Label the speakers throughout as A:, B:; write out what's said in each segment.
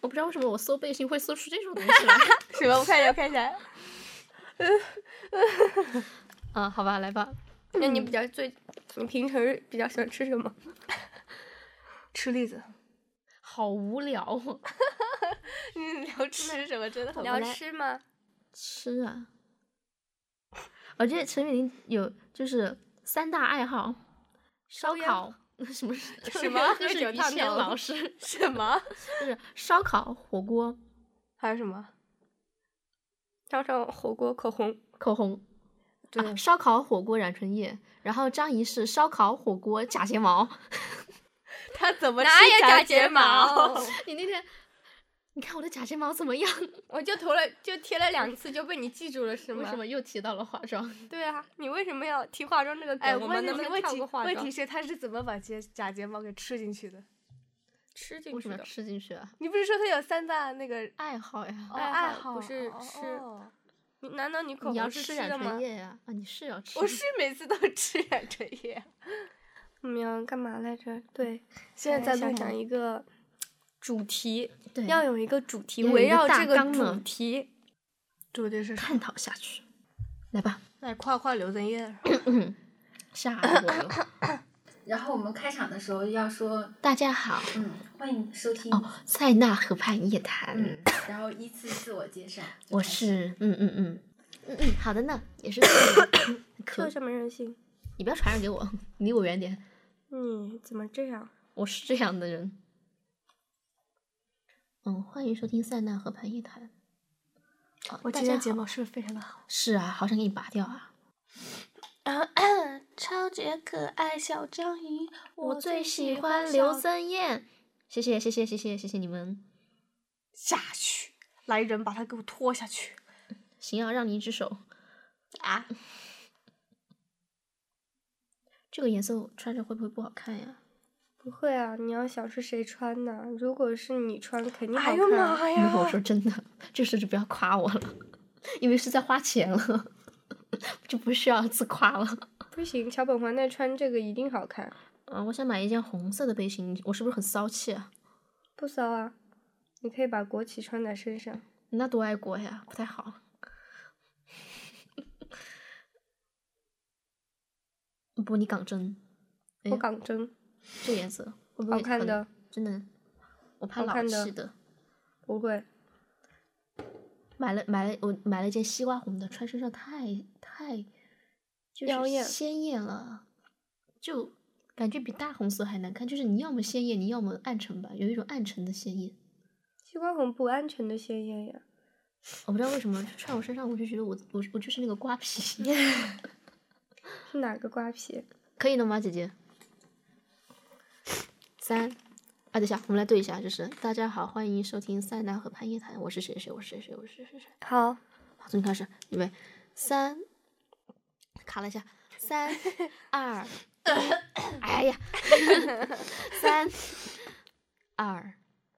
A: 我不知道为什么我搜背心会搜出这种东西来。
B: 什么？我看一下，我看一下。
A: 嗯，好吧，来吧。
B: 那你比较最，你平时比较喜欢吃什 么？
C: 吃栗 子，
A: 好无聊哦，
B: 嗯你聊吃什么？真的很
A: 我
B: 聊
A: 来
B: 吃吗？
A: 吃啊！我记得陈雨林有就是三大爱好：烧
B: 抽烟
A: 烤， 什么什
B: 什么
A: 就
B: 喝
A: 是
B: 酒
A: 于
B: 烫
A: 谦
B: 头
A: 老师，
B: 什么？
A: 就是烧烤、火锅、
B: 还有什么？烧上火锅口红，
A: 口红。
B: 对
A: 啊，烧烤、火锅、染唇液，然后张仪是烧烤、火锅、假睫毛。
B: 他怎么
C: 哪
B: 吃
C: 有假睫
B: 睫
C: 毛？
A: 你那天，你看我的假睫毛怎么样？
B: 我就涂了，就贴了两次就被你记住了，是吗？
A: 为什么又提到了化妆？
B: 对啊，你为什么要提化妆这个梗？
C: 哎，
B: 我们
C: 问题
B: 能不能
C: 问
B: 跳
C: 题
B: 过化妆？
C: 问题是他是怎么把睫假睫毛给吃进去的？
B: 吃进
A: 为什
B: 去
A: 么要
B: 的。
A: 吃进去啊？
B: 你不是说他有三大那个？
A: 爱好呀，
B: 爱
C: 爱
B: 好不是
C: 哦
B: 吃
C: 哦
B: 你难道你口
A: 你要
B: 红是
A: 吃
B: 吃
A: 染
B: 的吗
A: 唇？液呀？啊，你是要吃？
C: 我是每次都吃染唇 液。
B: 我们要干嘛来着？对，
C: 现在在
B: 想
C: 录
B: 想
C: 吗？
B: 一个主题，
A: 对，
B: 要有一个主题，
A: 要有
B: 围
A: 一个
B: 绕
A: 大
B: 这个
A: 纲
B: 主
A: 呢
B: 题。
C: 主题是
A: 探讨下去。来吧，
C: 来夸夸刘 增艳。
A: 下一个哟
D: 然后我们开场的时候要说，
A: 大家好，
D: 嗯，欢迎收听，
A: 哦，塞纳河畔夜谈，
D: 嗯，然后依次自我介绍。就
A: 我
D: 开始
A: 是，嗯嗯嗯，嗯嗯，好的呢，也是可以，
B: 特什么人性？
A: 你不要传染给我，离我远点，
B: 你怎么这样？
A: 我是这样的人。 嗯，欢迎收听塞纳河畔夜谈。哦
C: 我
A: 大
C: 今
A: 家
C: 天睫
A: 好
C: 毛是不是非常的好？啊
A: 是啊，好想给你拔掉啊！
C: 超级可爱小章鱼，
A: 我最喜欢刘增艳，谢谢谢谢谢谢谢谢你们。
C: 下去，来人把他给我拖下去
A: 行啊，让你一只手。
C: 啊！
A: 这个颜色我穿着会不会不好看呀？
B: 不会啊，你要想是谁穿的？如果是你穿，肯定好
C: 哎
B: 看。啊
C: 呦妈
A: 如果我
C: 呀！
A: 说真的，这事就不要夸我了，因为是在花钱了， 就不需要自夸了。
B: 不行，小本环奈穿这个一定好看，
A: 嗯、我想买一件红色的背心，我是不是很骚气啊？
B: 不骚啊！你可以把国旗穿在身上。
A: 你那多爱国呀，不太好。 不，你港真，哎
B: 我港真，
A: 这颜色会不会
B: 好看
A: 很
B: 的？
A: 真的，我怕
B: 好
A: 老
B: 看的
A: 气的。
B: 不会。
A: 买了买了，我买了一件西瓜红的，穿身上太太就是
B: 妖艳
A: 鲜艳了，就感觉比大红色还难看。就是你要么鲜艳，你要么暗沉吧，有一种暗沉的鲜艳。
B: 西瓜红不安全的鲜艳呀，
A: 我不知道为什么穿我身上，我就觉得我我我就是那个瓜皮，
B: 是哪个瓜皮？
A: 可以了吗，姐姐？三，啊，等一下，我们来对一下，就是大家好，欢迎收听塞纳河畔夜谈，我是谁谁，我是谁谁，我是谁谁谁。
B: 好，
A: 好，从开始，预备，三，卡了一下，三，二，哎呀，三，二，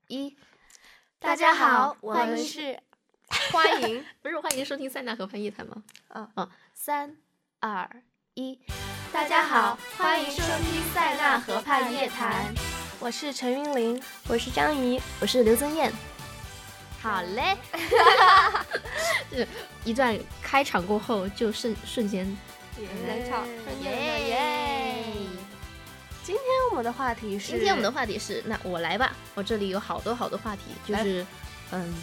A: 一，
C: 大家好，我
A: 欢
C: 们
A: 迎，
C: 是
B: 欢 迎
A: 不是欢迎收听塞纳河畔夜谈吗？
C: 啊
A: 嗯，三，二，一，
C: 大家好，欢迎收听塞纳河畔夜谈，我是陈云林。
B: 我是张怡。
A: 我是刘增艳。好嘞，这一段开场过后，就瞬瞬间，
B: 难唱真的
A: 耶！
C: 今天我们的话题是，
A: 今天我们的话题是，那我来吧，我这里有好多好多话题，就是，嗯，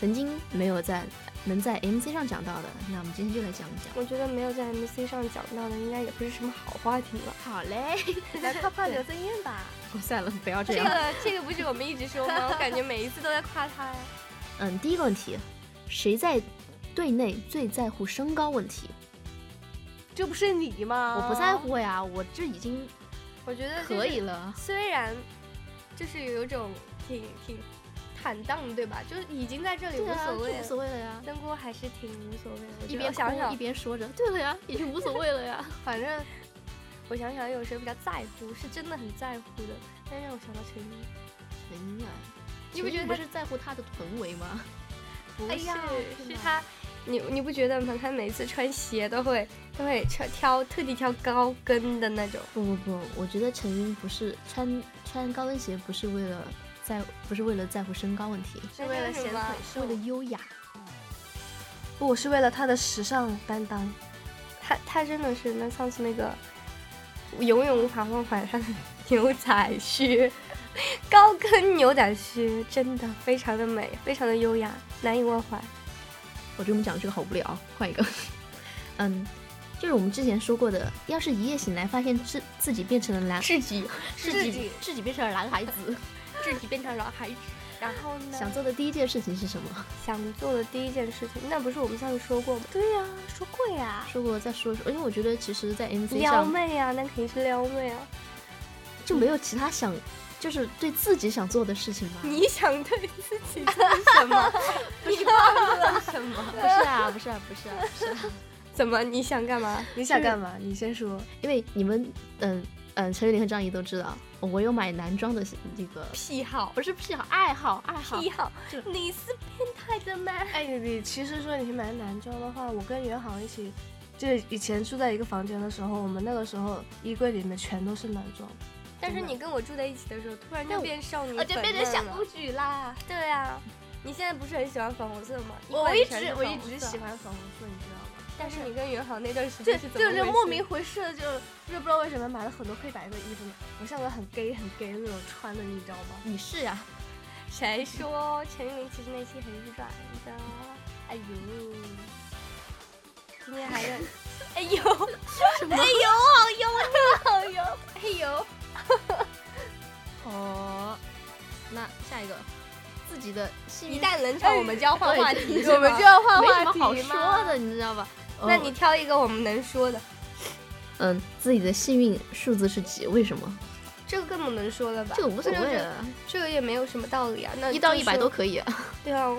A: 曾经没有在能在 MC 上讲到的，那我们今天就来讲一讲。
B: 我觉得没有在 MC 上讲到的，应该也不是什么好话题 吧？
A: 好嘞，
C: 来夸夸刘增艳 吧。
A: 我算了，不要这
B: 这
A: 样。
B: 个这个不是我们一直说吗？我感觉每一次都在夸他呀。
A: 嗯，第一个问题，谁在队内最在乎身高问题？
C: 这不是你吗？
A: 我不在。
B: 哦
A: 乎呀，我这已经
B: 我觉得就是
A: 可以了。
B: 虽然就是有一种挺挺坦荡，对吧？就是已经在这里无
A: 对啊，
B: 所
A: 就
B: 谓
A: 无
B: 了。
A: 所谓了呀。
B: 灯锅还是挺无所谓的，我觉
A: 一
B: 得
A: 边
B: 我想
A: 哭
B: 想
A: 一，边说着，对了呀，已经无所谓了 呀。
B: 反正我想想，有谁比较在乎，是真的很在乎的。但让我想到陈一，
A: 陈英啊，
B: 你不
A: 陈英
B: 觉
A: 不
B: 得
A: 是在乎他的臀围吗？
B: 不
A: 哎
B: 是，
A: 呀
B: 是他，你你不觉得吗？他每次穿鞋都会都会穿挑特地挑高跟的那种，
A: 不不不，我觉得陈英不是穿穿高跟鞋不是为了在不是为了在乎身高问题，
B: 是
C: 为
B: 为
C: 了
B: 了
C: 显
B: 显
C: 腿
A: 为
B: 腿
A: 了
B: 瘦。
A: 优雅。
C: 不，我是为了他的时尚担当。
B: 他他真的是那上次那个，我永远无法忘怀他的 牛仔靴，高跟牛仔靴真的非常的美，非常的优雅，难以忘怀。
A: 我觉得我们讲的这个好无聊，啊换一个。 嗯，就是我们之前说过的，要是一夜醒来发现自自己变成了男，
B: 自己
A: 自己自己变成了男孩子，
B: 自己变成了孩子，然后 呢？
A: 想做的第一件事情是什么？
B: 想做的第一件事情，那不是我们上次说过吗？
C: 对呀、说过呀。
A: 说过再说说，因为我觉得其实，在 MC
B: 撩
A: 上
B: 妹啊，那肯定是撩妹啊！
A: 就没有其他想，就是对自己想做的事情吧。
B: 你想对自己做什么？你忘了什么？
A: 不是啊，不是啊，不是啊，不是、啊，
B: 怎么？你想干嘛？
C: 你想干嘛？你先说。
A: 因为你们，嗯嗯，陈雨林和张怡都知道，我有买男装的那个，
B: 癖好？
A: 不是癖好，爱好，爱好
B: 癖。好
A: 就？
B: 你是变态的吗？
C: 哎，你你其实说你买男装的话，我跟袁航一起，就是以前住在一个房间的时候，我们那个时候衣柜里面全都是男装。
B: 但是你跟我住在一起的时候，突然
A: 但
B: 就
A: 我
B: 变少女
A: 我
B: 粉
A: 就
B: 嫩
A: 变成小
B: 了
A: 公。举啦！
B: 对啊，你现在不是很喜欢粉红色吗？
C: 我
B: 一贯
C: 一直
B: 全是
C: 我
B: 粉
C: 一
B: 红
C: 直
B: 色
C: 喜，欢粉红色，你知道吗？
B: 但是你跟袁航那段时
C: 对
B: 间是，怎么回
C: 就就
B: 事？
C: 莫名回事的，就就不知道为什么买了很多黑白的衣服呢。我像个很 gay 很 gay 的那种穿的，你知道吗？
A: 你是呀、
B: 谁说陈玉林其实内心很软的？哎呦，今天 还有，哎呦，哎呦，好油腻，好油，哎呦，
A: 哦，那下一个，自己的幸
B: 一
A: 运，
B: 旦冷场我们就要换话题，是
C: 我们
B: 吗
C: 就要换
A: 没
C: 话
A: 什
C: 题
A: 么好
C: 吗
A: 说的，你知道吧？
B: 那
A: 哦
B: 你挑一个我们能说的，
A: 嗯，自己的幸运数字是几？为什么？
B: 这个根本能说了吧？
A: 这个无所
B: 就
A: 谓
B: 是
A: 啊，
B: 这个也没有什么道理啊。那
A: 一到
B: 就
A: 一百
B: 是
A: 都可以啊，
B: 对啊，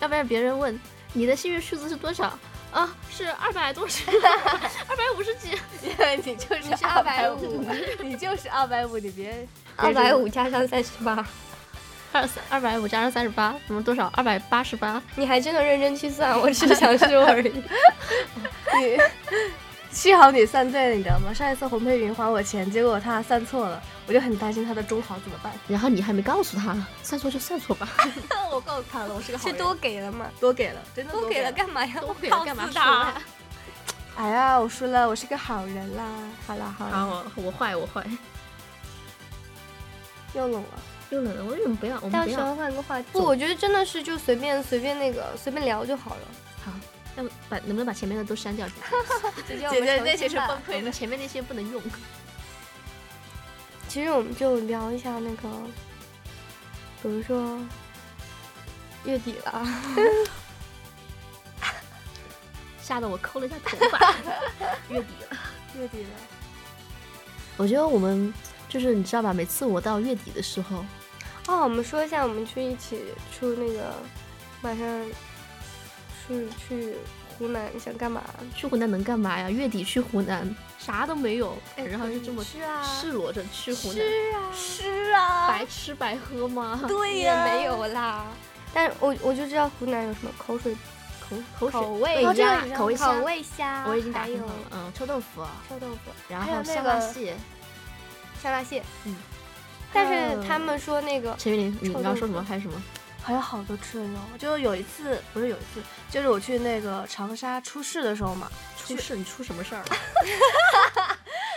A: 要不然别人问你的幸运数字是多少啊？是二百多少？ 二百五十几？
C: 你就
B: 你是
C: 是二百
B: 250
C: 五，你就是二百五，你别
B: 二百五加上三十八，
A: 二三二百五加上三十八，什么多少？二百八十八。
B: 你还真的认真去算，我只是想说而已。
C: 你 幸好你算对了，你知道吗？上一次洪佩云还我钱，结果他算错了，我就很担心他的中考怎么办。
A: 然后你还没告诉他，算错就算错 吧。
C: 我告诉他了，我是 个
B: 是
C: 多
B: 多给了吗？
C: 多给了，真的
B: 多给了。干嘛呀？啊
A: 都
B: 我
A: 给
B: 告
A: 了干嘛
B: 诉
A: 说
B: 他
A: 呀？
C: 哎呀，我输了，我是个好人啦。好啦好啦，
A: 好，我坏我坏。
C: 又冷了。
A: 又冷了，我为什么不要？我们
B: 到
A: 不
B: 时
A: 要。
B: 候换个话题。
A: 走
B: 不，我觉得真的是就随便随便那个随便聊就 好了。
A: 好，要不把能不能把前面的都删掉？
B: 姐姐，我
C: 姐
B: 们
C: 姐
B: 重
C: 那些
B: 新
C: 是崩
B: 吧。
A: 我
C: 溃
A: 们
C: 的。
A: 前面那些不能用。
B: 其实我们就聊一下那个，比如说月底了，
A: 吓得我抠了一下头发。月底了，
C: 月底了，
A: 我觉得我们就是你知道吧？每次我到月底的时候，
B: 哦，我们说一下，我们去一起出那个，马上去去湖南想干嘛？
A: 去湖南能干嘛呀？月底去湖南啥都没有，哎然后就这么
B: 是啊，
A: 赤裸着去湖南，
B: 是啊，
C: 是啊，
A: 白吃白喝吗？
C: 对
B: 也没有啦。但是我我就知道湖南有什么口水
A: 口口水
B: 口味
A: 味
B: 鸭
A: 鸭、口味
B: 口
A: 虾，
B: 味虾，
A: 我已经打
B: 还
A: 听
B: 有
A: 好了。嗯，臭豆腐，
B: 臭豆腐、
A: 然
C: 还有
A: 后
C: 那
A: 香辣
C: 个
A: 蟹。
B: 香辣蟹。
A: 嗯，
B: 但是他们说那个
A: 陈玉林，你你
B: 臭
A: 刚刚
B: 豆
A: 说什么？
B: 腐
A: 还有什么？
C: 还有好多吃的，你知道吗？就是有一次，不是有一次，就是我去那个长沙出事的时候嘛，
A: 出事？你出什么事 儿了？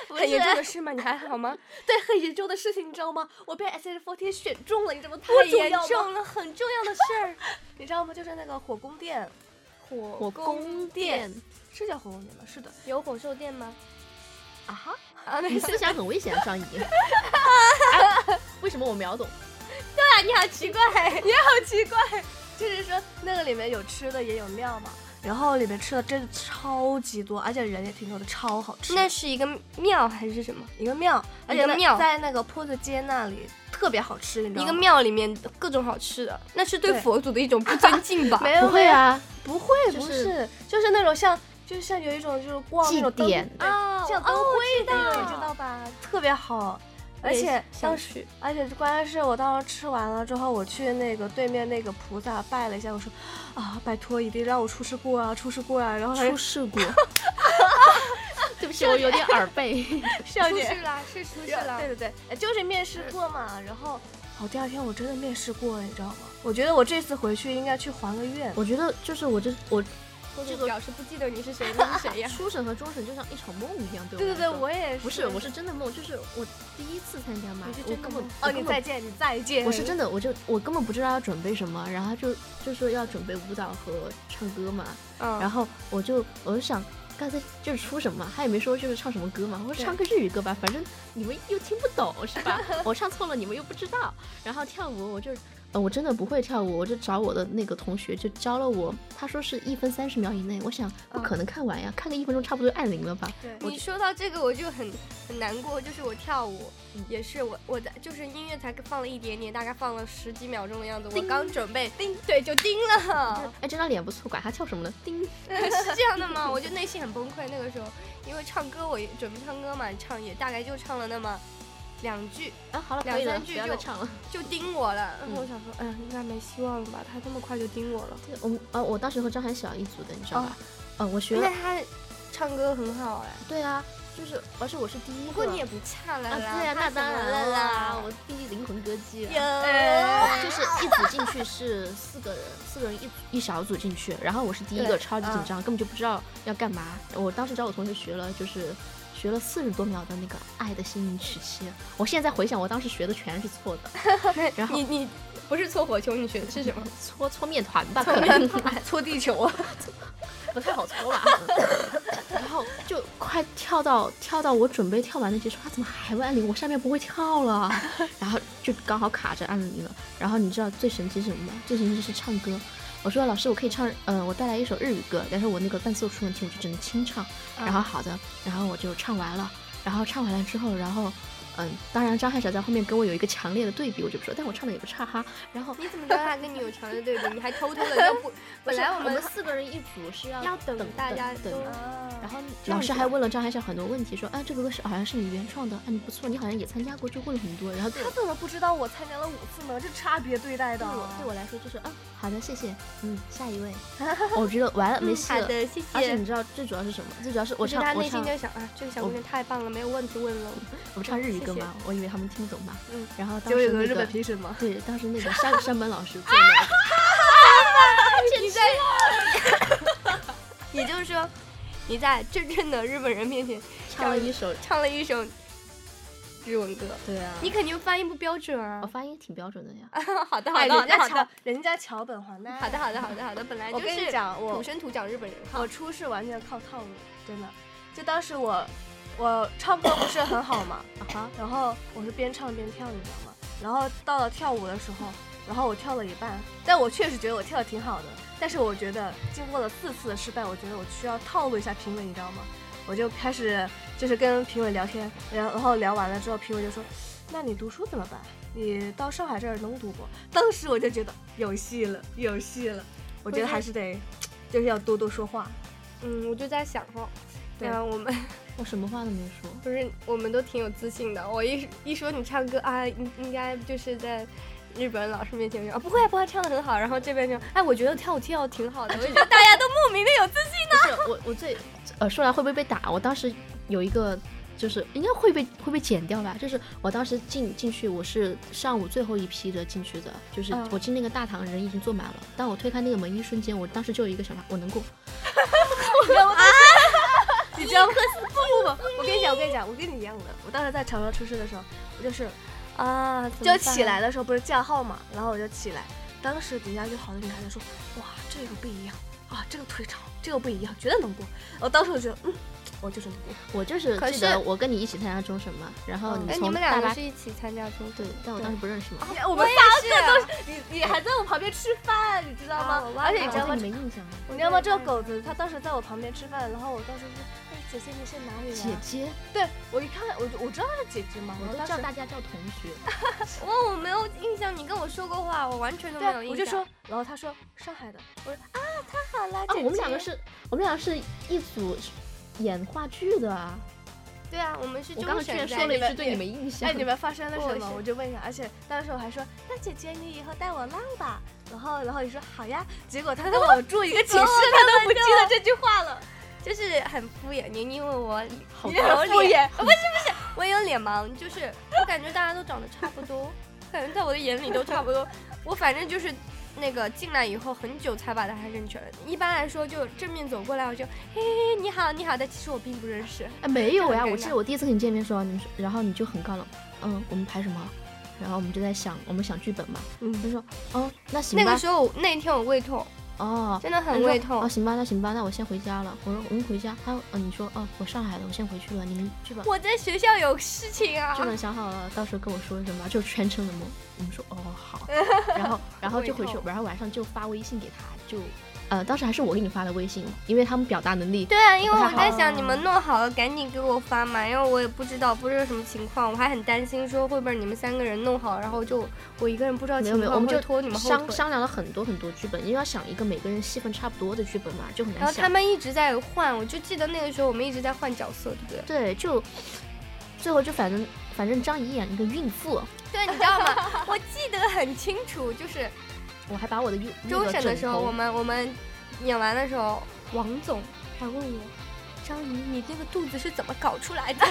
B: 很严重的事吗？你还好吗？
C: 对，很严重的事情，你知道吗？我被 S H Forty 选中了，你知道吗？
B: 太
C: 多
B: 严
C: 重要吗？
B: 重了，很重要的事儿。
C: 你知道吗？就是那个火宫殿，
B: 火
A: 火宫殿
C: 是叫火宫殿吗？是的，
B: 有火兽店吗？
A: 啊哈！
B: 啊，没
A: 你
B: 事。
A: 思想很危险，张怡。哎 为什么我秒懂？
B: 对啊，你好奇怪。
C: 好奇怪。就是说那个里面有吃的也有料嘛，然后里面吃的真的超级多，而且人也挺多的，超好吃。
B: 那是一个庙还是什么？
C: 一个庙，而
B: 一
C: 且
B: 个
C: 在
B: 庙
C: 在那个坡子街那里特别好吃，你知道
B: 一
C: 吗？
B: 个庙里面各种好吃的，那是对
C: 对
B: 佛祖的一种不尊敬 吧？
C: 没有
A: 不会，啊，
C: 没有不会
A: 就
C: 不
A: 是
C: 是，就是那种像就是像有一种就是逛那种
A: 祭典
C: 灯
B: 哦
C: 对像灯
B: 哦我
C: 会的那种，
B: 道
C: 你知道吧？特别好，而
B: 也
C: 且
B: 想
C: 当时。
B: 去。
C: 而且关键是我当时吃完了之后，我去那个对面那个菩萨拜了一下，我说啊，拜托一定让我出事故啊，出事故啊！然后他 就
A: 出事故。对不手有点耳背。
C: 笑
B: 出
C: 点
B: 去啦，是出去
C: 对
B: 啦。
C: 对对，哎就是面试过嘛，然后好，第二天我真的面试过了，你知道吗？我觉得我这次回去应该去还个愿。
A: 我觉得就是我这我？
B: 这个表示不记得你是谁，你是谁 呀
A: 初审和终审就像一场梦一样，对
C: 对
A: 我
C: 对对，
A: 来说
C: 我也
A: 不是我是真的梦，就是我第一次参加嘛
C: 你是，
A: 我
C: 真的
A: 根本
C: 吗
A: 我
C: 哦，
A: 根
C: 你
A: 本
C: 再见，你再见。
A: 我是真的，我就我根本不知道要准备什么，然后就就说要准备舞蹈和唱歌嘛，
B: 嗯，
A: 然后我就我就想，刚才就是出什么，他也没说就是唱什么歌嘛，我说唱个日语歌吧，反正你们又听不 懂是吧？我唱错了你们又不知道，然后跳舞我就。呃，我真的不会跳舞，我就找我的那个同学就教了我。他说是一分三十秒以内，我想不可能看完呀，看个一分钟差不多就按铃了吧？
C: 对
B: 你说到这个我就很很难过，就是我跳舞
A: 嗯
B: 也是我我在就是音乐才放了一点点，大概放了十几秒钟的样子，我刚准备叮，对就叮了，
A: 哎，真的脸不错，管他跳什么呢？叮，
B: 是这样的吗？我就内心很崩溃。那个时候，因为唱歌我也准备唱歌嘛，唱也大概就唱了那么两句，
A: 啊，好了，
B: 两
A: 可以了，
B: 三
A: 不
B: 句
A: 要再
B: 就
A: 唱了。
B: 就叮我了。
A: 嗯
B: 我想说，嗯，应该没希望了吧？他这么快就叮我了，
A: 对我们呃，我当时和张涵小一组的，你知道吧？呃，我学
B: 因为
A: 了，
B: 他唱歌很好哎。
A: 对啊，就是而且我是第一个。
B: 不过你也不差了
A: 啊，
B: 啦，
A: 对啊，那
B: 怕什
A: 当
B: 么
A: 然
B: 了
A: 了啦
B: 啦，，哎
A: 我第一灵魂歌姬啊。
B: 有。
A: 就是一组进去是四个人，四个人一一小组进去，然后我是第一个，
B: 对
A: 超级紧张，根本就不知道要干嘛。我当时找我同学学了，就是学了四十多秒的那个《爱的心灵曲奇》，我现在再回想，我当时学的全是 错的，然后
B: 你你不是搓火球，你学的是什么？
A: 搓搓面团吧，可能
B: 搓地球 啊！
A: 不太好搓吧。然后就快跳到跳到我准备跳完那节，说他怎么还不按铃？我下面不会跳 了。然后就刚好卡着按铃了。然后你知道最神奇是什么吗？最神奇是唱歌。我说老师，我可以唱，呃，我带来一首日语歌，但是我那个伴奏出问题，我就只能清唱。
B: 啊
A: 然后好的，然后我就唱完了。然后唱完了之后，然后。嗯，当然，张翰小在后面跟我有一个强烈的对比，我就不说，但我唱的也不差哈。然后
B: 你怎么知道他跟你有强烈对比？你还偷偷 的就不？本来
A: 我
B: 我们
A: 四个人一组是要
B: 要等
A: 等
B: 大家
A: 等
B: 都嗯
A: 等
C: 啊
A: 然后
B: 这样
A: 老师
B: 子
A: 还
B: 吧
A: 问了张海晓很多问题，说啊，这个歌是好像是你原创的，啊，你不错，你好像也参加过，就问了很多。然后对
C: 他怎么不知道我参加了五次呢？这差别对待的
A: 对。我对我来说就是啊，好的，谢谢，嗯，下 一位。我觉得完了，没
B: 嗯
A: 戏
B: 好
A: 了。
B: 的，谢
A: 而且
B: 谢
A: 你。知道最主要是什么？最主要是我
B: 就他
A: 唱我
B: 内
A: 唱
B: 心就想啊，这个小姑娘太棒了，没有问题问了。
A: 我唱日语
B: 谢
A: 歌
B: 谢
A: 嘛，我以为他们听不懂嘛。
B: 嗯。
A: 然后当
C: 就
A: 时
C: 有个
A: 那
C: 日
A: 个
C: 本评审吗？
A: 对，当时 那个山山本老师坐那儿，
B: 你在， 也就是说，你在真正的日本人面前
A: 唱了一首。
B: 唱了一首日文歌，
A: 对啊
B: 你肯定发音不标准
A: 我
B: 啊。
A: 发音挺标准的呀。
B: 好的，好
C: 哎，
B: 的，好
C: 人
B: 的，
C: 家
B: 好的
C: 桥，，人家桥本环奈。
B: 好的，好的，好的，好的，本来
C: 我
B: 就
C: 跟你
B: 是
C: 讲，我
B: 土生土长日本人。
C: 我初试完全靠套路，真的。就当时我我唱歌不是很好嘛，
A: 啊哈，
C: 然后我是边唱边跳，你知道吗？然后到了跳舞的时候，然后我跳了一半，但我确实觉得我跳的挺好的，但是我觉得经过了四次的失败，我觉得我需要套路一下评委，你知道吗？我就开始就是跟评委聊天，然然后聊完了之后，评委就说：“那你读书怎么办？你到上海这儿能读不？”当时我就觉得有戏了，有戏了。我觉得还是得，就是要多多说话。
B: 嗯，我就在想哈，
C: 对
B: 啊，我们
A: 我什么话都没说。
B: 不是我们都挺有自信的。我一一说你唱歌啊，应应该就是在日本老师面前就啊，不会啊不会啊，唱的很好。然后这边就哎，我觉得跳舞跳得挺好 的，我就觉得大家都莫名的有自信。
A: 不是我我最呃说来会不会被打？我当时有一个就是应该会被会被剪掉吧，就是我当时进进去我是上午最后一批的进去的，就是
C: 嗯
A: 我进那个大堂人已经坐满了，当我推开那个门一瞬间，我当时就有一个想法，我能过。
C: 你知道吗？不不不，我跟你讲，我跟你讲，我跟你一样的。我当时在长沙出事的时候，我就是
B: 啊，
C: 就起来的时候不是叫号嘛，然后我就起来，当时底下有好多女孩子说，哇，这个不一样啊，这个腿长，这个不一样，绝对能过。我当时我觉得，嗯，我就是能过。
A: 我就是
B: 可
A: 记得
B: 是
A: 我跟你一起参加终审嘛，然后
C: 嗯
A: 你
B: 哎，你
A: 从
B: 们
A: 大
B: 两个
A: 拉
B: 是一起参加中
A: 对，但我当时不认识嘛，
C: 啊我们
B: 三个都是
C: 你你还在我旁边吃饭，你知道
B: 啊
C: 吗
B: 我？忘
C: 而且
B: 了
C: 你
A: 我
C: 知道
A: 对
C: 吗
A: 你？没印象了。
C: 你知道吗？这个狗子它当时在我旁边吃饭，然后我当时说，哎，姐姐你是哪里
A: 姐
C: 人、啊？
A: 姐，
C: 对我一看，我就我知道她是姐姐嘛，
A: 我
C: 然
A: 都
C: 后当时
A: 叫大家叫同学。
B: 哇，哦我没有印象，你跟我说过话，我完全都没有
C: 对，啊
B: 印象。
C: 我就说，然后他说上海的，我说啊，太好了，
A: 啊，
C: 姐
A: 我们两个
C: 姐
A: 是，我们两个是一组演话剧的啊。
B: 对啊，我们是
A: 我
B: 中
A: 刚刚居
B: 选
A: 然
B: 在
A: 说了一
B: 一起
A: 句对你没印象。
C: 哎，你们发生了
B: 我
C: 什么？
B: 是
C: 我就问一下，而且当时我还说，那姐姐你以后带我浪吧。哦然后，然后你说好呀，结果他让我做一个解释，他都不记得这句话了。
B: 就是很敷衍。您因为我好
C: 你很敷衍
B: 不是不是，我有脸盲，就是我感觉大家都长得差不多， 感觉在我的眼里都差不多。我反正就是那个进来以后很久才把大家认全，一般来说就正面走过来我就嘿嘿嘿你好你好，但其实我并不认识。
A: 哎，没有
B: 很
A: 呀，
B: 尴
A: 我
B: 尬
A: 记得我第一次跟你见面的时候，你说，然后你就很高冷，嗯，我们拍什么？然后我们就在想，我们想剧本嘛，
B: 嗯，
A: 他说，哦，那行
B: 那
A: 吧，
B: 个时候那天我胃痛，
A: 哦，
B: 真的
A: 他
B: 很
A: 说
B: 胃痛
A: 哦，。行吧，那行吧，那我先回家了。我说我们回家，他哦，你说哦，我上海的，我先回去了，你们剧本
B: 我在学校有事情啊
A: 剧，本想好了，到时候跟我说什么，就全程的懵。我们说哦 好，然后然后就回去
B: 胃，痛
A: 然后晚上就发微信给他，就呃当时还是我给你发的微信，因为他们表达能力
B: 对啊，因为
A: 不太
B: 我在
A: 好
B: 想你们弄好了赶紧给我发嘛，因为我也不知道不知道什么情况，我还很担心说会不会你们三个人弄好，然后就我一个人不知道
A: 没
B: 情
A: 有
B: 况，
A: 没有，我们就
B: 会拖你们后
A: 商
B: 腿。
A: 商量了很多很多剧本，因为要想一个每个人戏份差不多的剧本嘛，就很
B: 然
A: 难
B: 后他
A: 想。
B: 们一直在换，我就记得那个时候我们一直在换角色，对不对？
A: 对，就最后就反正反正张怡演一个孕妇，
B: 对，你知道吗？ 我记得很清楚，就是
A: 我还把我的孕那
B: 终
A: 个
B: 审的时候，
A: 枕头
B: 我们我们演完的时候，王总还问我，张怡，你那个肚子是怎么搞出来的？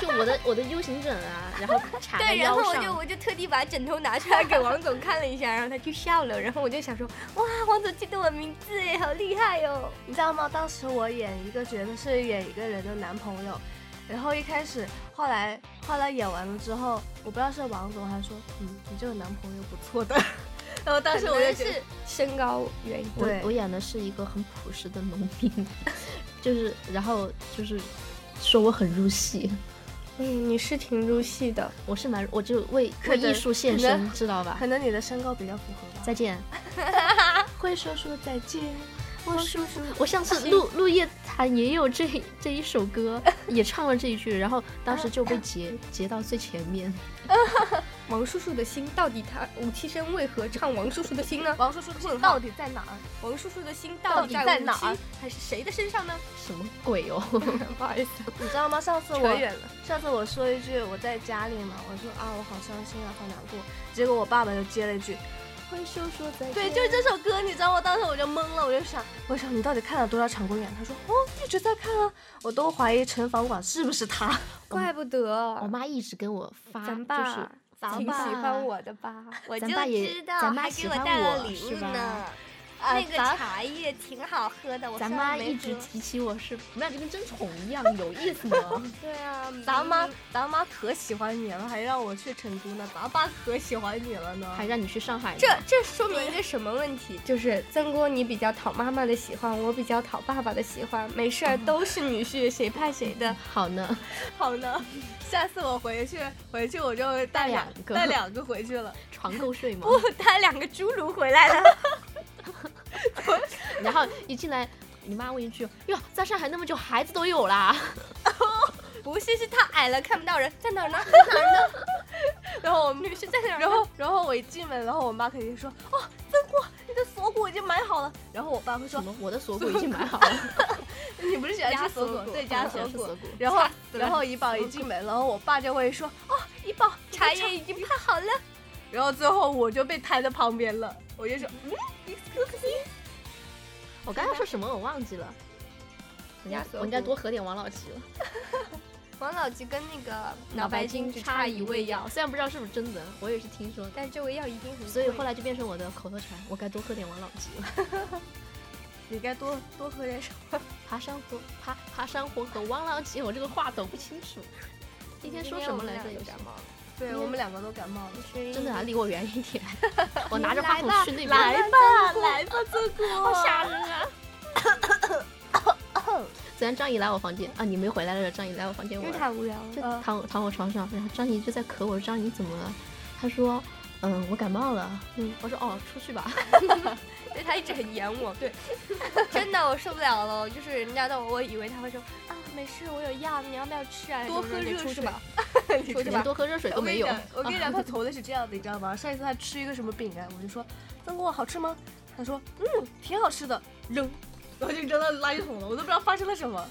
A: 就我的我的 U 型枕啊，然后卡 在
B: 对，然
A: 腰
B: 后我就
A: 上。
B: 我就特地把枕头拿出来给王总看了一下，然后他就笑了，然后我就想说，哇，王总记得我名字哎，好厉害哦！
C: 你知道吗？当时我演一个角色是演一个人的男朋友，然后一开始，后来后来演完了之后，我不知道是王总还说，嗯，你这个男朋友不错的。 然后当时我
B: 可
C: 就
B: 能
C: 觉得
B: 是身高原因，
A: 我
C: 对
A: 我演的是一个很朴实的农民， 就是然后就是说我很入戏，
B: 嗯，你是挺入戏的，
A: 我是蛮我就为
C: 可
A: 为
C: 能
A: 艺术献
C: 可能
A: 身，知道吧
C: 可？能你的身高比较符合吧。
A: 再见。
C: 会说说再见，
B: 我叔叔，
A: 我上次录录夜谈也有这这一首歌，也唱了这一句，然后当时就被
B: 啊
A: 截截到最前面。
B: 王叔叔的心到底他武替身为何唱王叔叔的心呢？
C: 王叔叔的
B: 问号
C: 心到底在哪儿？
B: 王叔叔的心
C: 到
B: 到
C: 底
B: 底
C: 在
B: 在
C: 哪
B: 哪
C: 儿
B: 儿？还是谁的身上呢？
A: 什么鬼哦？
B: 不好意 思，
C: 你知道吗？上次
B: 扯
C: 我
B: 远了。
C: 上次我说一句我在家里嘛，我说啊我好伤心啊好难过，结果我爸爸就接了一句，
A: 会说说再见。
C: 对，就是这首歌，你知道吗？当时我就懵了，我就想，我想你到底看了多少场公演？他说，哦，一直在看啊，我都怀疑陈房管是不是他。
B: 怪不得
A: 我妈一直给我发，
B: 咱
A: 就
B: 爸
A: 是
B: 挺
A: 咱
B: 喜
A: 爸
B: 欢我的吧？ 我就
A: 咱爸也
B: 知道，
A: 咱妈
B: 还
A: 喜
B: 给我
A: 欢
B: 带了
A: 我
B: 礼
A: 是
B: 物
A: 吧
B: 呢。
C: 啊
B: 那个
C: 咱嗯
B: 茶叶挺好喝的，我
A: 咱
B: 虽然
A: 妈
B: 没
A: 一直
B: 喝
A: 提起我是，我们俩就跟争宠一样，有意思吗？
B: 对啊，
C: 咱妈
B: 明明，
C: 咱妈可喜欢你了，还让我去成都呢。咱爸可喜欢你了呢。
A: 还让你去上海呢？
B: 这这说明一个什么问题？就是曾哥你比较讨妈妈的喜欢，我比较讨爸爸的喜欢，没事儿都是女婿，谁怕谁的？
A: 好呢，
C: 好呢，下次我回去，回去我就带
A: 两个
C: 带两个回去了。
A: 床够睡吗？
B: 不，带两个侏儒回来了。
A: 然后一进来，你妈问一句：“哟，在上海那么久，孩子都有啦
B: 不是，是他矮了看不到人，在哪儿呢？
C: 然后我们，
B: 女婿在哪儿呢？
C: 然后，然后我一进门，然后我妈肯定说，哦，曾国，你的锁骨已经买好了。然后我爸会？”
A: 什
C: 说，
A: 么？我的锁骨已经买好了，
C: 你不是喜欢
B: 鸭
C: 吃锁
B: 锁
C: 骨？
B: 骨
C: 对，加
A: 我
C: 锁
A: 想吃
C: 骨
A: 锁。骨。
C: 然后
B: 死了
C: 然后怡宝一进门，然后我爸就会说：“哦，怡宝，你的
B: 茶叶已经泡好了。
C: 然后最后我就被摊在旁边了，我就说：“嗯，excuse me。
A: 我刚刚说什么我忘记了。我应
B: 鸭
A: 该
B: 舌
A: 我应该
B: 骨
A: 多喝点王老吉了。
B: 王老吉跟那个
A: 脑
B: 脑白金只差一味药，
A: 虽然不知道是不是真的，我也是听说的。
B: 但这味药一定很贵。
A: 所以后来就变成我的口头禅，我该多喝点王老吉了。
C: 你该多多喝点水。
A: 爬山活爬爬山活和王老吉，我这个话抖不清楚。今天说什么来着？有
B: 有
A: 点
B: 感冒了。
C: 对我们两个都感冒了。
A: 真的啊，离我远一点。我拿着话筒去那边。
C: 来吧，来吧，曾国。
A: 人啊！昨天张姨来我房间啊，你没回来了，张姨来我房间
B: 因
A: 玩
B: 为，呃太无聊了。嗯
A: 就躺我躺我床上，然后张姨就在咳我说张姨怎么了？她说，嗯，我感冒了。嗯，我说哦，出去吧。
B: 对他一直很严我，对， 真的我受不了了，就是人家都我以为他会说啊没事，我有药，你要不要吃啊？
C: 多
B: 什么
C: 喝
B: 的
C: 热
B: 出去
C: 水
B: 吧，
C: 你
B: 出去
A: 连
B: 吧。
A: 多喝热水都没有。
C: 我跟你
A: 啊
C: 讲，他从来是这样的，你知道吗？上一次他吃一个什么饼干，啊我就说：“曾国好吃吗？”他说：“嗯，挺好吃的。”扔，然后就扔到垃圾桶了，我都不知道发生了什么。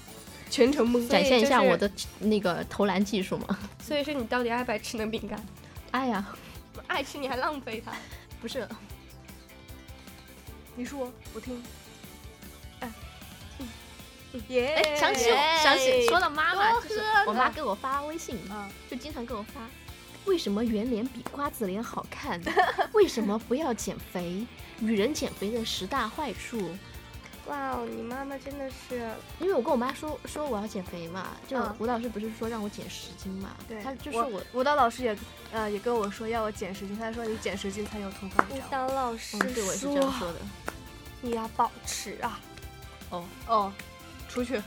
B: 全程懵
A: 展现一下我的那个投篮技术嘛。
B: 所以说你到底爱不爱吃那饼干？
A: 哎呀，
B: 爱吃你还浪费它。
A: 不是，
C: 哎嗯你说，我听。
B: 耶、
A: 哎，想起我，想起说到妈妈，
B: 啊
C: 多
A: 就是
C: 喝
A: 我妈
C: 呢
A: 给我发微信，
C: 啊，
A: 就经常给我发，为什么圆脸比瓜子脸好看？ 为什么不要减肥？女人减肥的十大坏处。
B: 哇哦，你妈妈真的是
A: 因为我跟我妈说说我要减肥嘛，就
C: 嗯
A: 舞蹈老师不是说让我减十斤嘛，
C: 对，
A: 她就说
C: 哎我
A: 我
C: 舞蹈老师也呃也跟我说要我减十斤，他说你减十斤才有图高
B: 舞蹈
C: 照。
B: 老师
A: 嗯，对我也是这样说的。
B: 你要保持啊，
C: 哦，出去，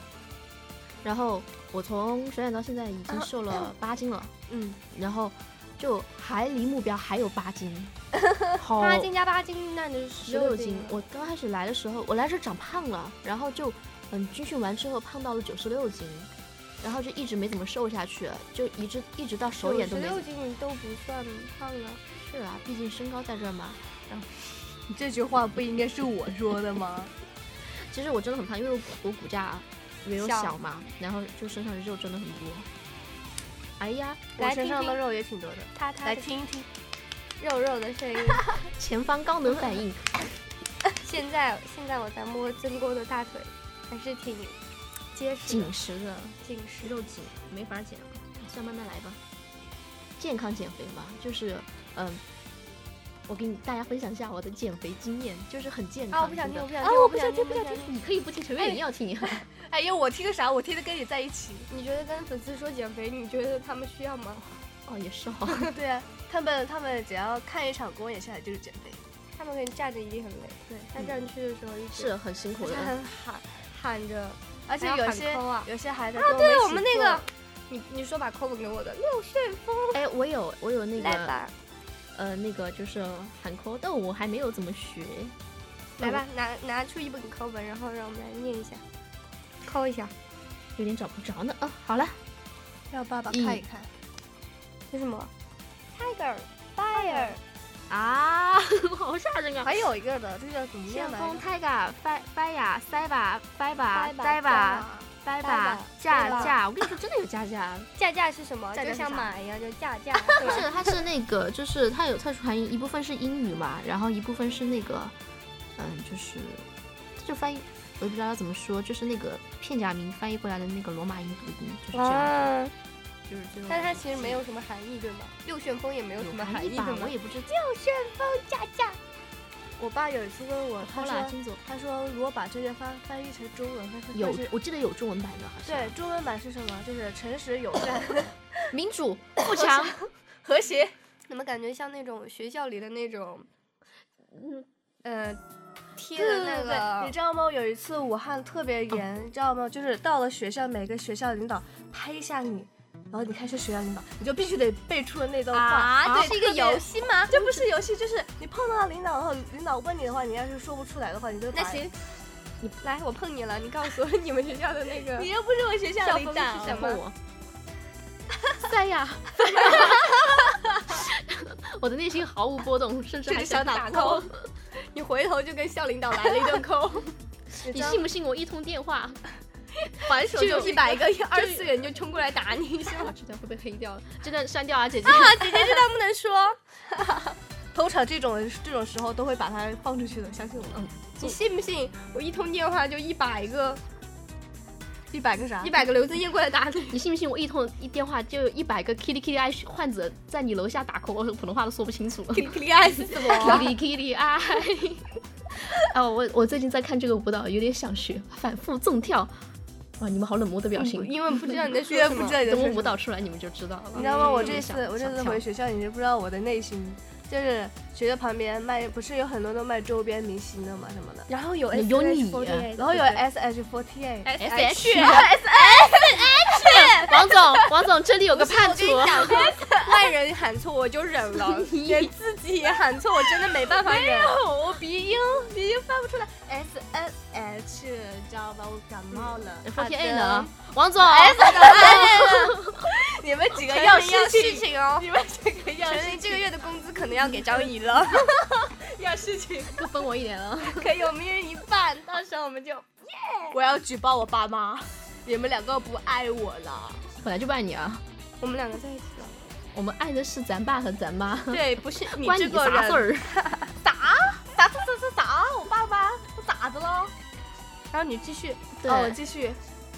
A: 然后我从学院到现在已经瘦 了八斤了，
C: 嗯，
A: 然后就还离目标还有八斤， 好
B: 八斤加八斤，那你就
A: 哦十
B: 十
A: 六
B: 斤
A: 斤。
B: 了。
A: 我刚开始来的时候，我来这长胖了，然后就嗯军训完之后胖到了九十六斤，然后就一直没怎么瘦下去，就一直一直到首演都
B: 十
A: 没怎么。
B: 六斤你都不算胖啊，
A: 是啊，毕竟身高在这儿嘛。
C: 你这句话不应该是我说的吗？
A: 其实我真的很胖，因为我我骨架也有
B: 小
A: 小嘛，然后就身上的肉真的很多。哎呀，
C: 我
B: 来
C: 身
B: 听
C: 上的
B: 听
C: 肉也挺多的，
B: 他他
C: 来
B: 的
C: 听一听。
B: 肉肉的声音。
A: 前方高能反应，
B: 现在现在我在摸曾哥的大腿，还是挺结实的
A: 紧实的
B: 紧实。
A: 肉紧，没法减了，算慢慢来吧。健康减肥嘛，就是嗯。我给你大家分享一下我的减肥经验，就是很健康。
B: 啊，我不想
A: 真
B: 听，
A: 的
B: 我不想
A: 啊
B: 听，
A: 我
B: 不
A: 不想听，不想
B: 听，我不想听。
A: 听。你可以不听，陈悦也要听。
C: 哎呀，我听个啥？我听的跟你在一起。
B: 你觉得跟粉丝说减肥，你觉得他们需要吗？
A: 哦，也是哦。
C: 对啊，他们他们只要看一场公演下来就是减肥。
B: 他们跟你站着一定很累。
C: 对，
B: 他站去的时候一直
A: 是很辛苦
B: 而且
A: 的。
B: 很喊喊着。
C: 而且
B: 还要
C: 有
B: 喊
C: 些、
B: 抠啊
C: 有些孩子
B: 啊，对我们
C: 们一起
B: 那
C: 做
B: 个，你你说把扣子给我的六旋风
A: 哎，我有我有那
B: 来
A: 个
B: 吧，
A: 呃那个就是喊扣，但我还没有怎么学。
B: 来吧，拿拿出一本课本，然后让我们来念一下，扣一下。
A: 有点找不着呢。哦，好了，
C: 让爸爸
A: 嗯
C: 看一看。
B: 这是什么？Tiger Fire，
A: 啊，好吓人啊！
C: 还有一个的，这个怎么念
A: 旋
C: 来
A: 风
C: 着？
A: 泰嘎掰掰呀塞吧掰吧
B: 呆
A: 呆吧，掰吧
B: 掰
A: 架
B: 吧
A: 架，我跟你说真的有架 架，
B: 架架是什么？
C: 架架
B: 就是像
C: 啥
B: 马一样，就架 架，
A: 不
B: 对吧？
A: 是它是那个就是它有特殊含义，一部分是英语嘛，然后一部分是那个嗯就是就翻译我也不知道要怎么说，就是那个片假名翻译过来的那个罗马音读音就是这样，
B: 啊，
A: 就是这种。
B: 但它其实没有什么含义，对吗？六旋风也没有什么含义，
A: 义
B: 对
A: 吧
B: 吗？？
A: 我也不知道。
B: 六旋风架架，
C: 我爸有一次问我，他
A: 好啦，
C: 说
A: 金总
C: 他说如果把这些翻翻译成中文，他说
A: 有
C: 但是
A: 我记得有中文版的，好像
C: 对中文版是什么？就是诚实友善
A: 民主富强。
C: 和谐。
B: 怎么感觉像那种学校里的那种，
A: 嗯
B: 呃，贴
C: 对
B: 的
C: 对
B: 那
C: 对对，你
B: 个
C: 知道吗？有一次武汉特别严，你知道吗？就是到了学校，每个学校领导拍一下你，然后你看是学校领导，你就必须得背出了那段话。对
B: 啊这是一个
C: 特别
B: 游戏吗？哎
C: 这不是游戏，就是你碰到领导，然后领导问你的话，你要是说不出来的话，你就
B: 那
C: 把
B: 行，你来，我碰你了，你告诉我你们学校的那个
C: 你又不是我学校
B: 校
C: 领
B: 风
C: 导
B: 是，什
A: 然
B: 么
A: 后 我，塞呀！ 我的内心毫无波动，甚至
B: 这
A: 还
B: 就想打
A: 打
B: call，你 回头就跟校领导来了一顿 call，
A: 你信不信我一通电话？
B: 还手
A: 就有
B: 就一百 个 二次元就冲过来打你， 是
A: 我
B: 吗？
A: 知道啊会被黑掉了，这段删掉啊，姐姐。
B: 姐姐这段不能说，
C: 通常这种这种时候都会把它放出去的，相信我。
B: 你信不信？我一通电话就一百个
C: 一百个啥？
B: 一百个刘子燕过来打你，
A: 你信不信我一通一电话就有一百个 kitty kitty 爱患者在你楼下打 call，我普通话都说不清楚了。
B: 你你爱死 我！
A: kitty kitty 爱。哦，我我最近在看这个舞蹈，有点想学，反复纵跳。哇，你们好冷漠的表情。
B: 因为不知道你在说
C: 因为
B: 什
C: 不
B: 么
C: 知。道你在
A: 等我
C: 说
A: 舞
C: 什么。
A: 蹈出来，你们就知道了。
C: 你知道吗？我这
A: 嗯
C: 次
A: 想
C: 我这次
A: 想跳
C: 回学校，你就不知道我的内心，就是学校旁边卖，不是有很多都卖周边明星的嘛什么的，
B: 然后有
A: 有你
B: SH48
C: 然后有 S H forty eight，
A: S
B: SH
A: H 啊 S H，王 总，王总，这里有个叛徒。
B: 外人喊错我就忍了，连自己也喊错，我真的没办法忍。
C: 我鼻音鼻音发不出来，S N H，你知道吧？我感冒了。
A: F T A
C: 好的
A: 嗯呢？？啊王总，
C: 你们几个
B: 要
C: 要
B: 事
C: 事
B: 情
C: 情，
B: 哦，
C: 你们几个要
B: 陈
C: 事
B: 琳这
C: 情，
B: 个月的工资可能要给张 怡了，
C: 要事情，
A: 不分我一啊点了。
B: 可以我们一人一半，到时候我们就
C: 我要举报我爸妈，你们两个不爱我了。
A: 本来就不爱你啊，
B: 我们两个在一起了。
A: 我们爱的是咱爸和咱妈，
C: 对，不是
A: 嗯
C: 你
A: 关
C: 这
A: 你
C: 个
A: 啥
C: 人
A: 事儿？
B: 啊
C: 打打打打打，我爸爸我咋的了？然后你继续，
A: 对
C: 哦，我继续。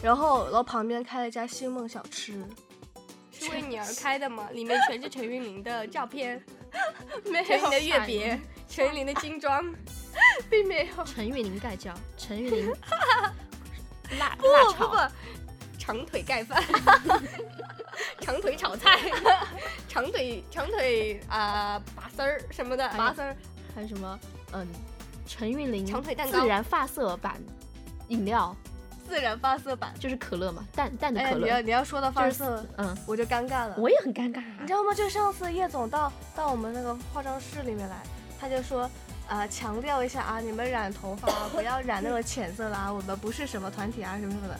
C: 然后，然后旁边开了一家星梦小吃，
B: 是为你而开的吗？里面全是陈玉玲的 照片，
C: 没
B: 陈玉玲的
C: 月
B: 月别，陈玉玲的精装，
C: 并没有。
A: 陈玉玲盖浇，陈玉 玲辣
B: 不
A: 辣
B: 不
A: 炒，
B: 不，长腿盖 饭，长腿炒菜，长腿长腿啊、拔丝儿什么的，
A: 哎
B: 拔丝儿，
A: 还有什么嗯，陈玉玲
B: 长腿蛋糕
A: 自然发色版饮料
C: 自然发色版。
A: 就是可乐嘛，淡淡的
C: 哎呀，
A: 可
C: 你
A: 乐
C: 要，你要说到发色，
A: 嗯，
C: 我就尴尬了。
A: 我也很尴尬啊
C: 你知。道吗？就上次叶总到到我们那个化妆室里面来，他就说，呃，强调一下啊，你们染头发啊，不要染那种浅色的啊，我们不是什么团体啊，什么什么的。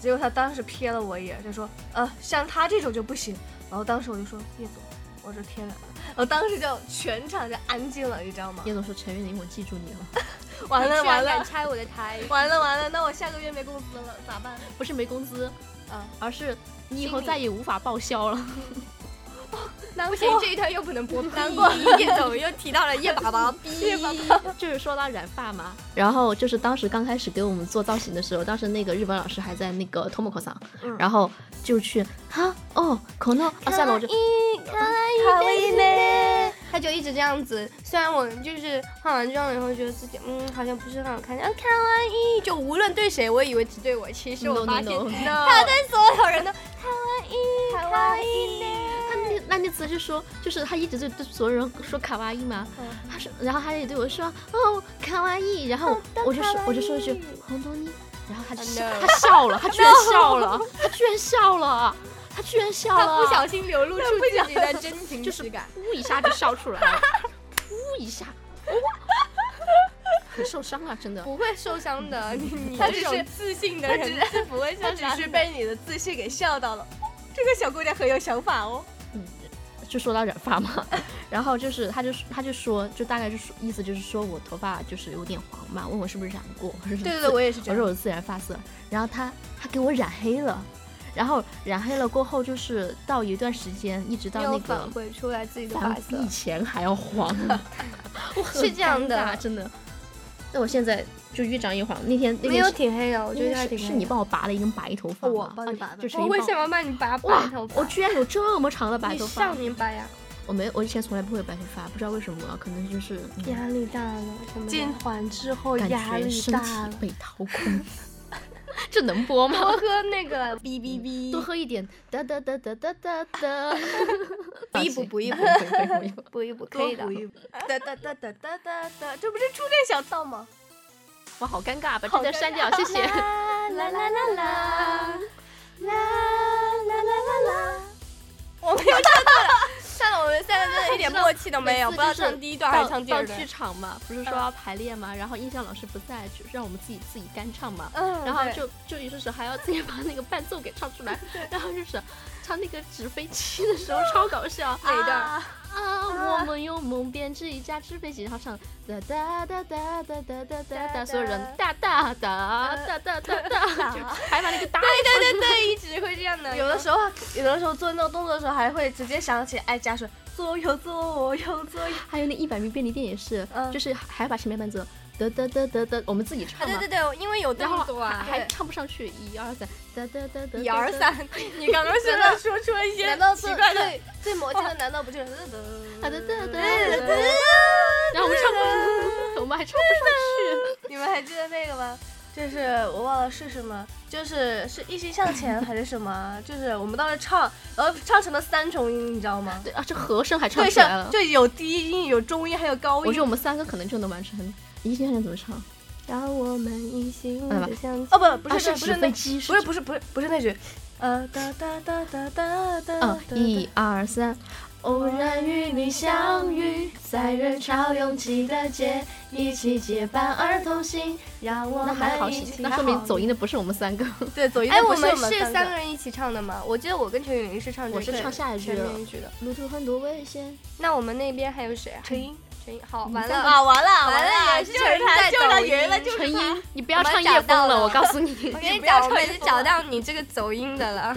C: 结果他当时瞥了我一眼，就说，呃，像他这种就不行。然后当时我就说，叶总，我这天然的。我当时就全场就安静了，你知道吗？
A: 叶总说：“陈玉玲，我记住你了，
C: 完了
B: 居然
C: 完
B: 敢
C: 了
B: 拆我的台，
C: 完了完了，那我下个月没工资了咋办？
A: 不是没工资，
B: 嗯
C: 啊，
A: 而是你以后
C: 心里
A: 再也无法报销 了。
C: 难
B: 不行，这一段又不能播，
C: 难
B: 过叶总又提到了叶爸爸，
A: 叶爸爸就是说到染发 嘛，然后就是当时刚开始给我们做造型的时候，当时那个日本老师还在那个 Tomoko 桑，
C: 嗯
A: 然后就去哈哦可能啊算了，我就
B: 卡哇伊呢？他就一直这样子，虽然我就是化完妆了以后觉得自己嗯好像不是很好看，啊卡哇伊，就无论对谁，我以为只对我，其实
A: No,
B: 我
A: no,
B: 发现
A: no
B: 他对所有人都卡哇伊，卡哇伊呢？
A: 他那那那次是说，就是他一直对对所有人说卡哇伊嘛，
B: 嗯
A: 他说，然后他也对我说哦卡哇伊，然后
B: 嗯
A: 我就说我就说一句红豆泥，然后他就
B: Oh, no.
A: 他笑了，他居然笑了，他居然笑了，他居然笑了，
B: 他不小心流露出自己的真情
A: 就是
B: 实感。
A: 噗一下就笑出来了， 噗一下，很受伤啊，真的。
B: 不会受伤的，你你
C: 他
B: 这
C: 只
B: 种
C: 是
B: 自信的人
C: 他只
B: 是不会
C: 他
B: 受
C: 只
B: 伤
C: 是
B: 的。
C: 被你的自信给笑到了。哦这个小姑娘很有想法哦。
A: 就说到染发嘛， 然后就是他就他就说，就大概就是说意思就是说我头发就是有点黄嘛，问我是不是染过，我说
C: 对对对，我也是这
A: 我说
C: 样。
A: 我自然发色，然后他他给我染黑了。然后染黑了过后，就是到一段时间，一直到
B: 没有
A: 那
B: 返
A: 个
B: 回出来自己的发
A: 反
B: 色
A: 比以，前还要黄，我很
B: 是这样
A: 尴
B: 的
A: 尬真的。那我现在就越长越黄。那天那
B: 没
A: 天
B: 有
A: 是
B: 挺黑的，我
A: 那
B: 觉得
A: 天
B: 还挺
A: 是
B: 黑的。
A: 是你帮我拔了一根白头发吗？
C: 我帮你拔的
A: 啊就是
B: 哦我
A: 你
B: 为
A: 帮
B: 什么帮你拔白
A: 哇
B: 头发？
A: 我居然有这么长的白
B: 你
A: 头
B: 少
A: 发！
B: 年拔呀，
A: 我没，我以前从来不会白头发，不知道为什么，可能就是、嗯
B: 压力大了什么
C: 进
B: 的。
C: 团之后
A: 感
C: 压
A: 觉
C: 力
A: 身
C: 大
A: 体
C: 了，
A: 被掏空。 这能播吗？
B: 多喝那个哔哔
A: 多
B: 哔，
A: 喝一点，哒哒哒哒哒哒哒。
B: 补 一补补一补
A: 补一补。
B: 补一补可以的
C: 多。补一补哒哒哒哒哒哒哒，这不是初恋小灶吗？
A: 哇，好尴尬，把这段删掉，谢谢。
B: 啦啦啦啦啦啦啦啦啦啦。我没有唱对了，算了，我们三个真的一点默契都 没有，不
A: 每
B: 知
A: 次就是
B: 道唱第一段还是
A: 到
B: 唱第
A: 到
B: 二段嗯
A: 剧。场嘛，不是说要排练嘛，然后音响老师不在，就让我们自己自己干唱嘛。
C: 嗯
A: 然后就就有些时候还要自己把那个伴奏给唱 出来，然后就是唱那个纸飞机的时候超搞笑，
B: 哪一 段
A: 啊？啊，我们用梦编织一架纸飞机，然后唱哒哒哒哒哒哒哒哒哒，所有人哒嗯哒哒哒哒哒哒， 就还把那个哒
B: 对对对，一直会这样的。
C: 有的时候，有的时候做那种动作的时候，还会直接想起爱加水，左右左右左右。
A: 还有那一百名便利店也是，
C: 嗯
A: 就是还把前面伴奏哒哒哒哒哒，我们自己唱
B: 对
A: 嘛
B: 对，对，因为有
A: 然
B: 动
A: 后
B: 作
A: 还
B: 啊，
A: 还唱不上去，一二三，哒哒哒哒，
B: 一二，三， 你刚刚
C: 真
B: 真
C: 的
B: 的
C: 说出了一些
B: 难道
C: 奇
B: 最
C: 怪的
B: 最最魔性的难道不就是？
A: 哒哒哒哒，
C: 哒
A: 然后我们唱不， 我们还唱不
C: 你们还记得那个吗？就是我忘了是什么，就是是一心向前还是什么？啊就是我们当时唱，然后唱成了三重音，你知道吗
A: 上去，？对啊，这和声还唱
C: 对，
A: 不出来
C: 像
A: 了，
C: 就有低音，有中音，还有高
A: 我觉得
C: 音。
A: 我们三个可能就能完成。你现在怎么唱？
B: 让我们一心的相
C: 哦不，不
A: 啊
C: 是
A: 是
C: 不是
A: 纸
C: 那
A: 飞，机，
C: 不是不是不是不是那句，呃哒哒哒哒哒哒哒
A: 啊，，一二三。偶然与你相遇，在人潮拥挤的街，一起结伴而同行，让我那还好
C: 们一起
A: 那说明走音的不是我们三个，
C: 对走音的
B: 哎，
C: 不
B: 我
C: 是
B: 们
C: 我们
B: 是
C: 三
B: 三
C: 个
B: 个人一起唱的吗？我记得我跟陈雨林是唱这
A: 我
B: 个，
A: 是唱下一句
B: 前
A: 了
B: 面一句的。
A: 路途很多危险，
B: 那我们那边还有谁啊？
C: 陈音，
B: 陈好，
A: 们
B: 完
A: 三
B: 了，
C: 啊完了
B: 完了
C: 了，
B: 也是
C: 就
B: 陈
C: 是
B: 音
C: 他
B: 在
C: 就
B: 抖
C: 是人
B: 音
C: 了，就是
A: 陈
C: 他。。
A: 音，你不要
B: 我们
A: 唱
B: 找
A: 夜
B: 到
A: 风了，
B: 了
A: 我告诉你
B: 我
C: 跟
B: 跟
C: 你
B: 你讲，
C: 讲
B: 我
C: 我
B: 每
C: 每
B: 次
C: 次
B: 找
C: 疯
B: 到你这个走音的了。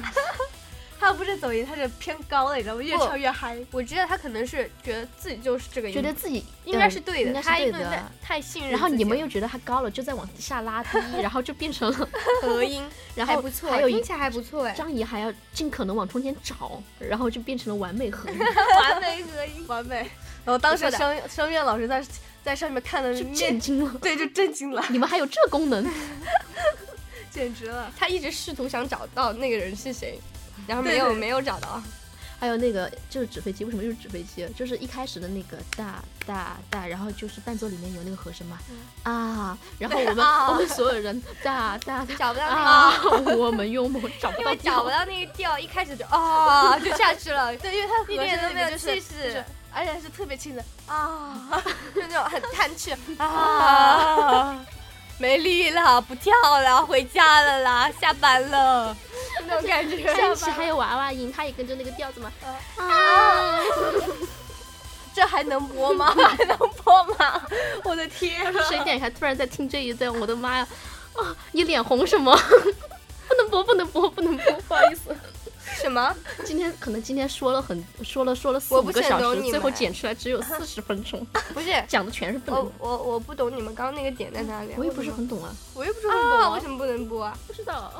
C: 他不是走音，他是偏高的，你知道吗？越
B: 不
C: 唱越嗨。
B: 我知道他可能是觉得自己就是这个 音，
A: 觉得自己嗯
B: 应该是对的，
A: 应该是
B: 他
A: 对
B: 因为太
A: 的。
B: 太信任自己了，
A: 然后你们又觉得它高了，就再往下拉低，然后就变成了。
B: 合音，
A: 然后
B: 还不错，
A: 还有一
B: 听起来还不错哎，
A: 张怡还要尽可能往中间找，然后就变成了完美 合一，
B: 完美合音，
C: 完美。然后当时
B: 不错的
C: 声声乐老师在在上面看的
A: 就震
C: 面，
A: 惊了。
C: 对，就震惊了，
A: 你们还有这功能？
C: 简直了。
B: 他一直试图想找到那个人是谁，然后没
C: 对
B: 有
C: 对
B: 没有找到，
A: 还有那个就是纸飞机，为什么又是纸飞机？就是一开始的那个哒哒哒，然后就是伴奏里面有那个和声嘛，啊，然后我们、
B: 嗯 啊
A: 我们所有人哒哒哒
B: 找不到 那个。
A: 啊，我们幽默找不
B: 因
A: 到
B: 为找不
A: 调
B: 到那个调，一开始就啊、就下去 了，
C: 对，因为他和
B: 一点
C: 声
B: 都
C: 里
B: 没
C: 面
B: 有
C: 就是
B: 气
C: 就是
B: 势，
C: 而且是特别轻的 啊。
B: 就那种很 叹气啊，没力了，不跳了，回家了啦，下班了，就那种感觉。
A: 上一期还有娃娃音，他也跟着那个调 子嘛，
C: 这还能 播吗？还能播吗？我的天啊！
A: 谁点开突然在听这一段，我的妈呀！啊，你脸红什么？ 不能播，不能播，不能播，不好意思。
B: 什么？
A: 今天可能今天说了很说了说了四
B: 我
A: 五
B: 不
A: 个
B: 想
A: 小
B: 懂
A: 时，
B: 你
A: 最后
B: 们哎
A: 剪出来 只有四十分钟，
B: 不是，
A: 讲的全是不能
B: 我。我我不懂你们刚刚那个点在哪里啊？
A: 我也不是很懂啊，
C: 我又不是很懂
B: 啊，
C: 啊
B: 为什么不能播啊？
A: 不知 道。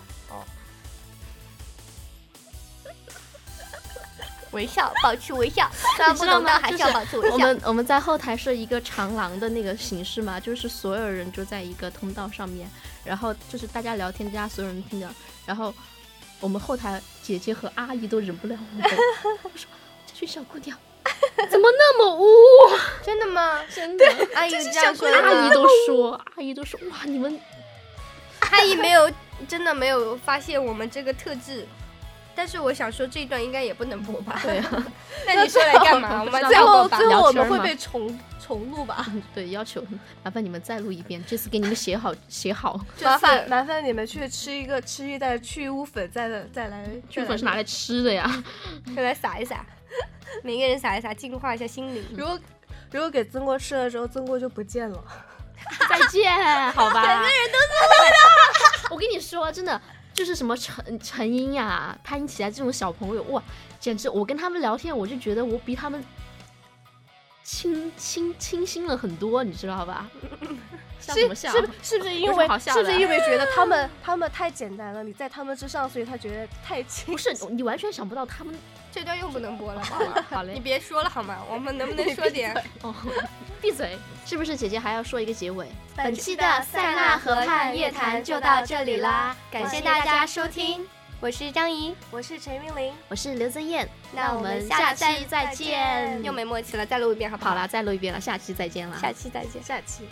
B: 微笑，保持微 笑，虽然
A: 你
B: 不
A: 知道
B: 懂，
A: 吗？
B: 但还
A: 就是
B: 要保持微
A: 我
B: 笑。
A: 们我们在后台是一个长廊的那个形式嘛，就是所有人就在一个通道上面，然后就是大家聊天，大家所有人听着，然后我们后台姐姐和阿姨都忍不了我 们，我说这群小姑娘怎么那么污？
B: 真的吗？
A: 真的，
B: 阿姨这样说的吗
A: 阿姨都说，阿姨都说，哇，你们
B: 阿姨没有，真的没有发现我们这个特质。但是我想说，这一段应该也不能播吧？
A: 对啊，
B: 那你说来干嘛？我们
A: 那
B: 最
C: 最
B: 后
C: 后
B: 吧
C: 最。后我们
A: 聊天
C: 会
A: 吗
C: 被重重 录吧？
A: 对要求麻烦你们再录一遍，这次给你们写好写 好，
B: 麻烦
C: 麻烦你们去吃一个吃一袋去污粉，再来再来。
A: 剧本是拿来吃的呀。
B: 用 来撒一撒，每个人撒一撒，净化一下心灵。
C: 如果如果给曾国吃了之后，曾国就不见了。
A: 再见， 好吧。两个人 都 这么我跟你说，真的就是什么陈陈英呀、潘英奇啊这种小朋友，哇，简直我跟他们聊天，我就觉得我比他们清清清新了很多，你知道 吧？笑什么笑？
C: 是是不是
A: 啊有
C: 因
A: 什么
C: 为
A: 好笑的
C: 是不是因为觉得他 们他们太简单了，你在他们之上，所以他觉得太轻
A: 不。是你完全想不到他 们。
B: 这段又不能播了吧
A: 好？了好
B: 你
A: 嘞，
B: 别说了好吗？我们能不能说点？
A: 哦， 闭嘴！是不是姐姐还要说一个结尾？
B: 本期的塞纳河畔夜谈就到这里啦，感谢大家收听，我是张怡，
C: 我是陈玉玲，
A: 我是刘增艳，
B: 那我
A: 我
B: 们
A: 们
B: 下
A: 期
B: 期
A: 再见。
B: 又没默契了，再录一遍好不
A: 好啦，再录一遍了，下期再见啦。
B: 下期再见。
C: 下期。